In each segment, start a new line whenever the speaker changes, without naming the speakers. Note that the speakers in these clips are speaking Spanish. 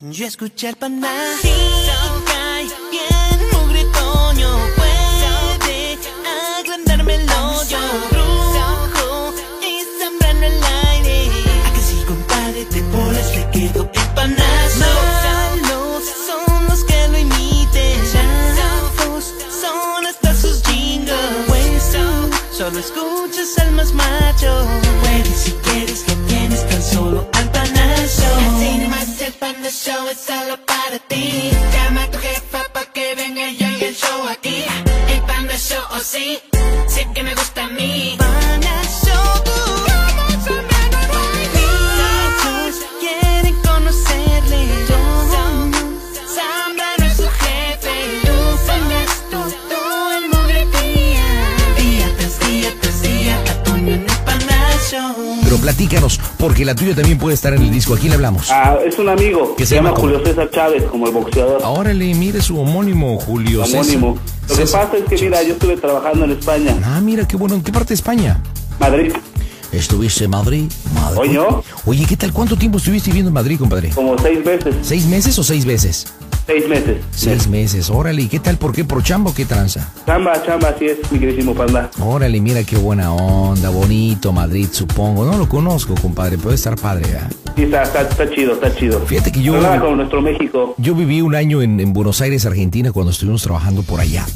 Yo escuché al paná. Sí. Cae bien, mugre toño. Puede agrandarme el hoyo. Rojo y zambrano el aire. A que si compadre te pones, le quedo el panazo. Malos son los que lo imiten. Chafos son hasta sus jingles. Pues tú solo escuchas al más macho. Puedes si quieres, lo tienes tan solo al panazo. Cuando el show es solo para ti Llama a tu jefa pa' que venga yo y el show aquí El Panda Show, oh sí, sí que me gusta a mí Panda Show, uh. Muchos quieren conocerle Zambrano es su jefe Tú pongas tú, tú el mugre día Día tras día tras día a Toño en el Panda Show
Pero platícanos, porque la tuya también puede estar en el disco. ¿A quién le hablamos?
Ah, es un amigo.
¿Qué
Que
se
se llama
llama?
Julio César Chávez, como el boxeador
Órale, mire su homónimo, Julio César.
homónimo. Lo que
César.
pasa es que, mira, yo estuve trabajando en España,
Ah, mira, qué bueno. ¿En qué parte de España?
Madrid,
¿Estuviste en Madrid? Madrid.
Coño.
Oye, ¿qué tal? ¿Cuánto tiempo estuviste viviendo en Madrid, compadre?
como seis veces,
¿Seis meses o seis veces?
seis meses.
Seis meses. Órale, ¿y qué tal? ¿Por qué? ¿Por chamba o qué tranza?
Chamba, chamba, así es, mi queridísimo panda.
Órale, mira qué buena onda. Bonito Madrid, supongo. No lo conozco, compadre. Puede estar padre, ¿eh? ¿verdad?
Sí, está, está, está chido, está chido.
Fíjate que yo-
Pero nada como nuestro México.
Yo viví un año en, en Buenos Aires, Argentina, cuando estuvimos trabajando por allá.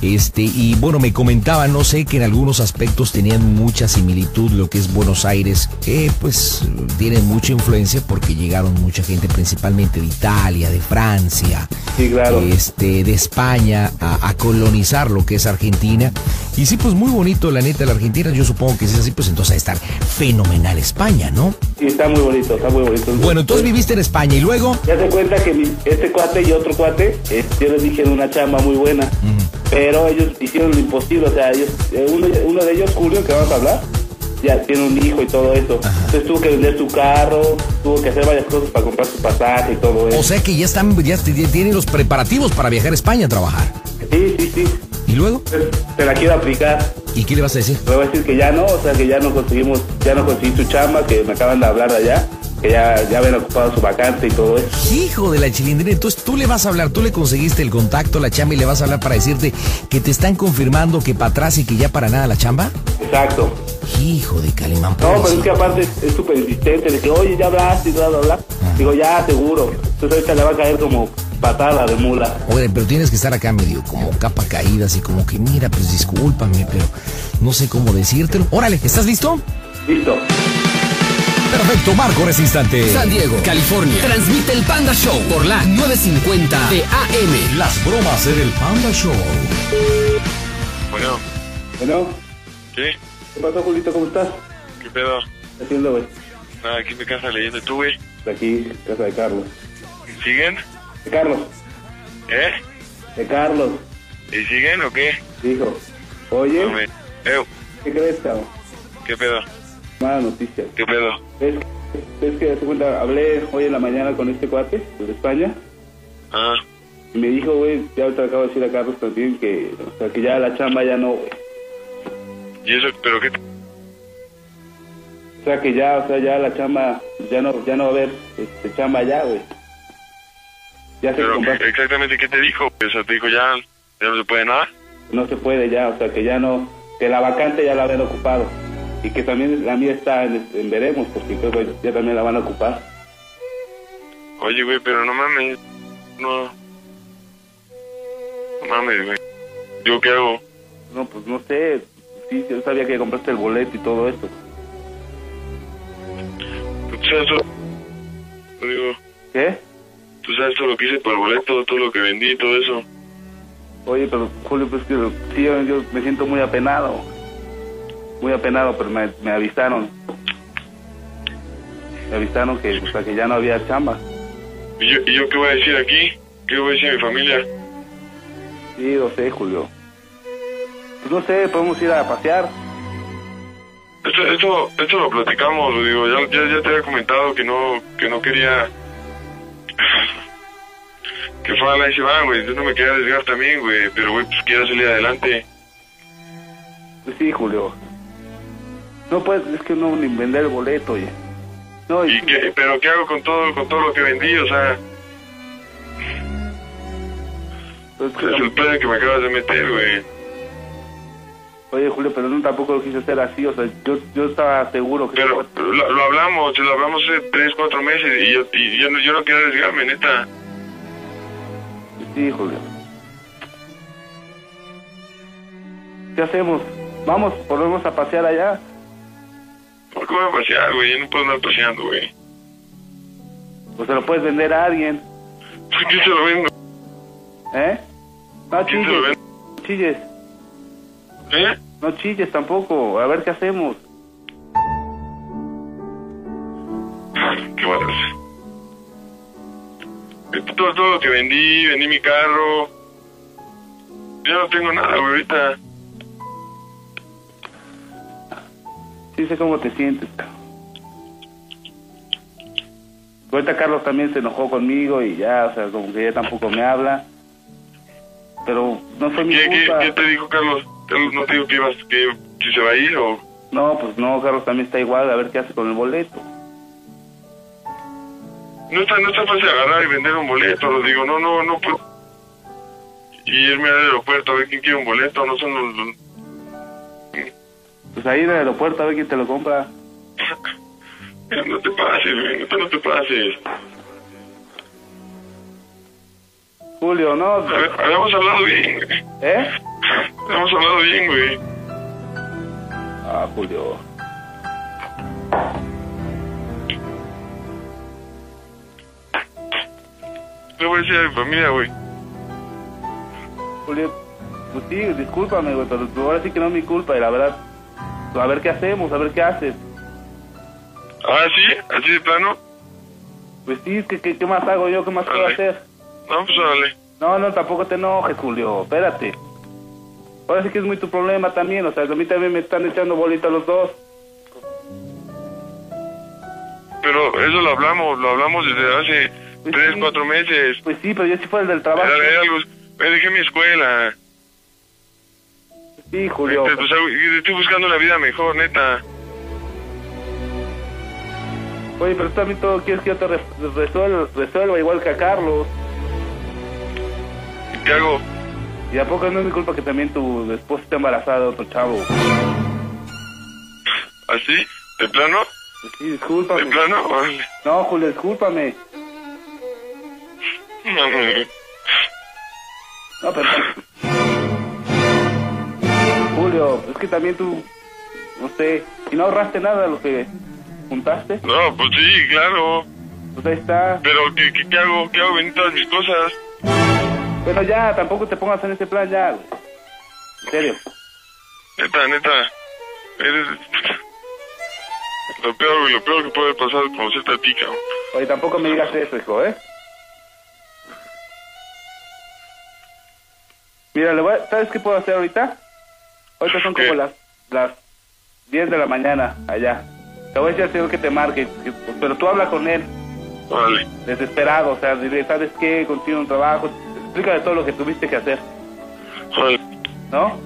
Este, y bueno, me comentaban, no sé, que en algunos aspectos tenían mucha similitud lo que es Buenos Aires, que pues tiene mucha influencia porque llegaron mucha gente principalmente de Italia, de Francia,
Sí, claro.
este, de España a, a colonizar lo que es Argentina. Y sí, pues muy bonito, la neta, la Argentina, yo supongo que si es así, pues entonces está fenomenal España, ¿no?
Sí, está muy bonito, está muy bonito.
Bueno, entonces viviste en España y luego...
Ya se cuenta que mi- este cuate y otro cuate, eh, yo les dije en una chamba muy buena, pero ellos hicieron lo imposible, o sea, ellos, eh, uno, uno de ellos, Julio, que vamos a hablar, ya tiene un hijo y todo eso. Entonces tuvo que vender su carro, tuvo que hacer varias cosas para comprar su pasaje y todo eso.
O sea que ya están, ya t- ya tienen los preparativos para viajar a España a trabajar.
sí, sí, sí.
¿Y luego?
Entonces, Te la quiero aplicar.
¿Y qué le vas a decir?
Le voy a decir que ya no, o sea, que ya no conseguimos, ya no conseguí su chamba, que me acaban de hablar de allá, que ya, ya habían ocupado su vacante y todo eso.
Hijo de la chilindrina, entonces tú le vas a hablar, tú le conseguiste el contacto, la chamba y le vas a hablar para decirte que te están confirmando que para atrás y que ya para nada la chamba.
Exacto.
Hijo de Calimán.
No, pero es
pobrecito.
que aparte es- es súper insistente, de que oye, ya hablaste y bla, bla, bla. Digo, ya, seguro. Entonces ahorita le va a caer como patada de mula.
Oye, pero tienes que estar acá medio como capa caída, así como que mira, pues discúlpame, pero no sé cómo decírtelo. Órale, ¿estás listo?
Listo.
Perfecto, Marco, en ese instante.
San Diego, California. Transmite el Panda Show por la 950 de AM.
Las bromas en el Panda Show.
Bueno,
Bueno,
¿qué?
¿qué pasó, Julito? ¿Cómo estás?
¿Qué pedo?
¿Qué haciendo, güey?
Nada, aquí me casa leyendo tú, güey.
Aquí, casa de Carlos.
¿Siguen?
De Carlos,
¿Eh?
de Carlos,
¿Y siguen o qué?
dijo. Oye,
No me- Ew,
¿qué crees, cabrón?
¿Qué pedo?
Mala noticia.
¿Qué pedo?
¿Ves, ves que hace cuenta, hablé hoy en la mañana con este cuate el de España?
Ah,
Y me dijo, güey, ya te acabo de decir a Carlos también que, o sea, que ya la chamba ya no, güey.
¿y eso? ¿Pero qué?
O sea que ya, o sea, ya la chamba, ya no, ya no va a haber este, chamba ya, güey. Ya se
¿Pero
compró,
exactamente qué te dijo? O sea, te dijo ya, ya no se puede nada.
no se puede ya, o sea que ya no, que la vacante ya la habían ocupado. Y que también la mía está en, en veremos, porque creo que ya también la van a ocupar.
Oye, güey, pero no mames. No. No mames, güey. ¿Yo qué hago?
No, pues no sé, sí, yo sabía que compraste el boleto y todo esto.
¿Tú sabes todo? Yo Digo,
¿Qué?
tú sabes todo lo que hice por el boleto, todo lo que vendí, todo eso.
Oye, pero Julio, pues que sí, yo, yo me siento muy apenado. Muy apenado, pero me, me avisaron. Me avisaron que, o sea, que ya no había chamba.
¿Y yo, ¿Y yo qué voy a decir aquí? ¿Qué voy a decir a mi familia?
Sí, lo sé, Julio. Pues no sé, podemos ir a pasear.
Esto, esto, esto lo platicamos, digo, ya, ya, ya te había comentado que no, que no quería que fuera la semana, güey, yo no me quería arriesgar también, güey, pero güey, pues quiero salir adelante.
Pues sí, Julio. No puedes, es que no, ni vender el boleto, oye. No, y,
¿Y qué, pero qué hago con todo, con todo lo que vendí? O sea, Es el plan que me acabas de meter, güey.
Oye, Julio, pero no tampoco lo quise hacer así, o sea, yo, yo estaba seguro que... pues
Pero lo, lo hablamos, lo hablamos hace tres, cuatro meses y yo, y yo no, yo no quiero arriesgarme, neta.
Sí, Julio. ¿Qué hacemos? Vamos, volvemos a pasear allá.
¿Por qué voy a pasear, güey? Yo no puedo andar paseando, güey.
O Pues se lo puedes vender a alguien,
¿Por qué se lo vendo?
¿eh? No
¿Quién se lo
chilles,
vende?
no chilles,
¿Eh?
no chilles tampoco, a ver qué hacemos.
¿Qué vas a hacer? Esto- Todo, todo lo que vendí, vendí mi carro. Yo no tengo nada, güey, ahorita.
Sí sé cómo te sientes, cabrón. Ahorita Carlos también se enojó conmigo y ya, o sea, como que ya tampoco me habla. Pero no fue mi
¿Qué, qué,
culpa.
qué te dijo Carlos? Carlos no te dijo que ibas, que, que se va a ir o...
No, pues no, Carlos también está igual, a ver qué hace con el boleto.
No está, no está fácil agarrar y vender un boleto, lo digo, no, no, no puedo. Y irme al aeropuerto a ver quién quiere un boleto, no son los... los-
Pues ahí en el aeropuerto a ver quién te lo compra.
No te pases, güey, no te, no te pases.
Julio, no,
A ver, Habíamos hablado bien, güey.
¿eh?
Habíamos hablado bien, güey.
Ah, Julio.
Le voy a decir a mi familia, güey.
Julio, pues sí, discúlpame, güey, pero ahora sí que no es mi culpa, y la verdad, a ver qué hacemos, a ver qué haces.
Ah, sí, así de plano.
Pues sí, ¿qué, qué, qué más hago yo? ¿Qué más puedo
Dale.
hacer?
No, pues dale.
No, no, tampoco te enojes, Julio, espérate. Ahora sí que es muy tu problema también, o sea, a mí también me están echando bolita los dos.
Pero eso lo hablamos, lo hablamos desde hace
Pues
tres,
sí.
cuatro meses.
Pues sí, pero yo sí fuera el del trabajo.
Era, era algo... Me dejé mi escuela.
Sí, Julio.
Este, pues, algo- y estoy buscando la vida mejor, neta.
Oye, pero tú también todo quieres que yo te re- resuelva, resuelva igual que a Carlos.
¿Qué hago?
¿Y a poco no es mi culpa que también tu esposa esté embarazada de otro chavo? Pues
¿Así? ¿De plano?
Pues sí, discúlpame.
¿De plano? Órale.
No, Julio, discúlpame.
Mames.
No, pero... Julio, es que también tú... No sé, y no ahorraste nada de lo que juntaste.
No, pues sí, claro.
Pues ahí está.
Pero ¿qué, qué, qué hago? ¿Qué hago? Vendí todas mis cosas.
Bueno, ya, tampoco te pongas en ese plan ya, güey. En serio.
Neta, neta. Eres... Lo peor, güey, lo peor que puede pasar es conocerte a ti, cabrón.
Oye, tampoco me digas eso, hijo, ¿eh? Mira, le voy a- ¿sabes qué puedo hacer ahorita? Ahorita son como
¿Qué?
las, las 10 de la mañana allá. Te voy a decir al señor que te marque, que- pero tú habla con él,
Órale.
desesperado, o sea, dile, ¿sabes qué? Consigue un trabajo, explícale todo lo que tuviste que hacer,
Órale.
¿no?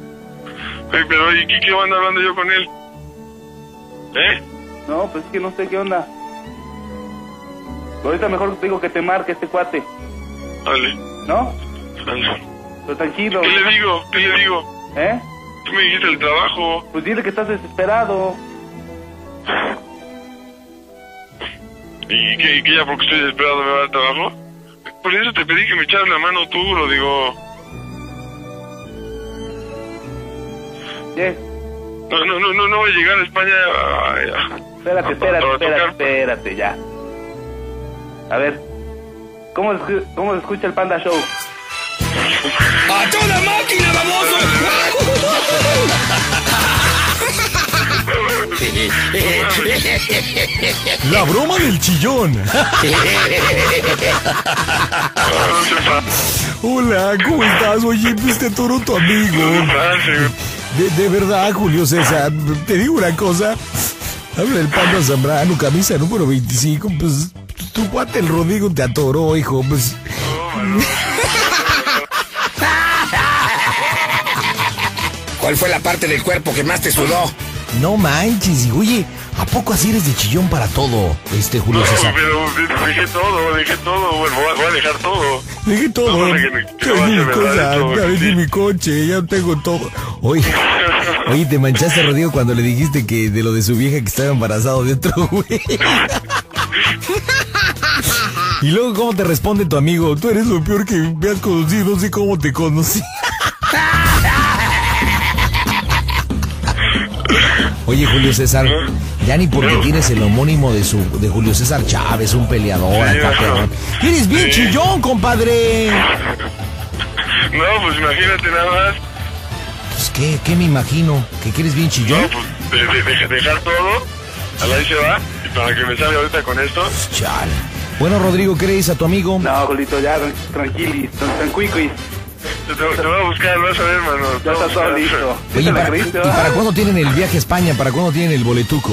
Oye, pero ¿y qué, qué van hablando yo con él? ¿Eh?
No, pues es que no sé qué onda. Ahorita mejor te digo que te marque este cuate,
Órale.
¿no?
Órale.
Pero tranquilo,
¿Qué le digo? ¿Qué le digo?
¿eh?
Tú me dijiste el trabajo.
Pues dile que estás desesperado.
¿Y qué, y qué ya porque estoy desesperado me va al trabajo? Por eso te pedí que me echaras la mano tú, lo digo.
¿eh?
No, no, no, no, no voy a llegar a España. ay, ah.
Espérate, espérate, espérate, espérate, ya. A ver, ¿cómo, escu- cómo se escucha el Panda Show?
¡A toda máquina,
La broma del chillón.
Ah, No se pase,
Hola, ¿cómo estás? Oye, viste toro tu amigo.
no pase, güey.
De, de verdad, Julio César, te digo una cosa. Habla el panda Zambrano, camisa número 25. Pues tu cuate el Rodrigo te atoró, hijo. Pues
¿Cuál fue la parte del cuerpo que más te sudó?
No manches, y oye, ¿a poco así eres de chillón para todo, este Julio César?
pero dejé todo, dejé todo, bueno, voy a, voy a dejar todo.
Dejé todo.
No, no, que me- que
Ya vendí
vaya,
mi
¿verdad?
cosa,
Todo,
ya vendí
sí.
mi coche, ya tengo todo.
Oye, oye, te manchaste, Rodrigo, cuando le dijiste que de lo de su vieja que estaba embarazado de otro güey. Y luego, ¿cómo te responde tu amigo?
Tú eres lo peor que me has conocido, no sé cómo te conocí.
Oye, Julio César, ya ni porque tienes el homónimo de su de Julio César Chávez, un peleador,
Sí,
acá,
ajá.
perrón. Eres bien chillón, compadre.
No, pues imagínate nada más.
Pues qué, qué me imagino, que que eres bien
No,
chillón.
pues de- de- de- dejar todo. A la ahí se va. Y para que me salga ahorita con esto.
Chale. Bueno, Rodrigo, ¿qué le dices a tu amigo?
No, Julito, ya, tranquili, tran- tranquilis.
Te, te- te voy a buscar, vas a ver, mano.
Ya está todo listo. ¿Sí
Oye,
te la
para- ¿y
creíste, va?
para cuándo tienen el viaje a España? ¿Para cuándo tienen el boletuco?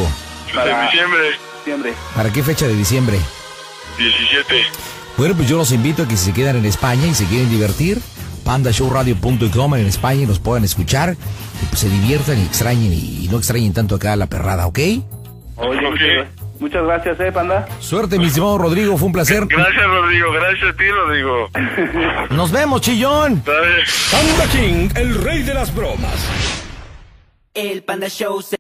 En
Para-
diciembre
Diciembre.
¿Para qué fecha de diciembre?
17.
Bueno, pues yo los invito a que si se quedan en España y se quieren divertir, pandashowradio.com en España y nos puedan escuchar, y pues se diviertan y extrañen y, y no extrañen tanto acá a la perrada, ¿ok?
Oye,
Ok.
muchas, muchas gracias, eh, panda.
Suerte, mi estimado Rodrigo, fue un placer.
Gracias, Rodrigo. Gracias a ti, Rodrigo.
Nos vemos, chillón.
¿Sabes?
Panda King, el rey de las bromas.
El Panda Show se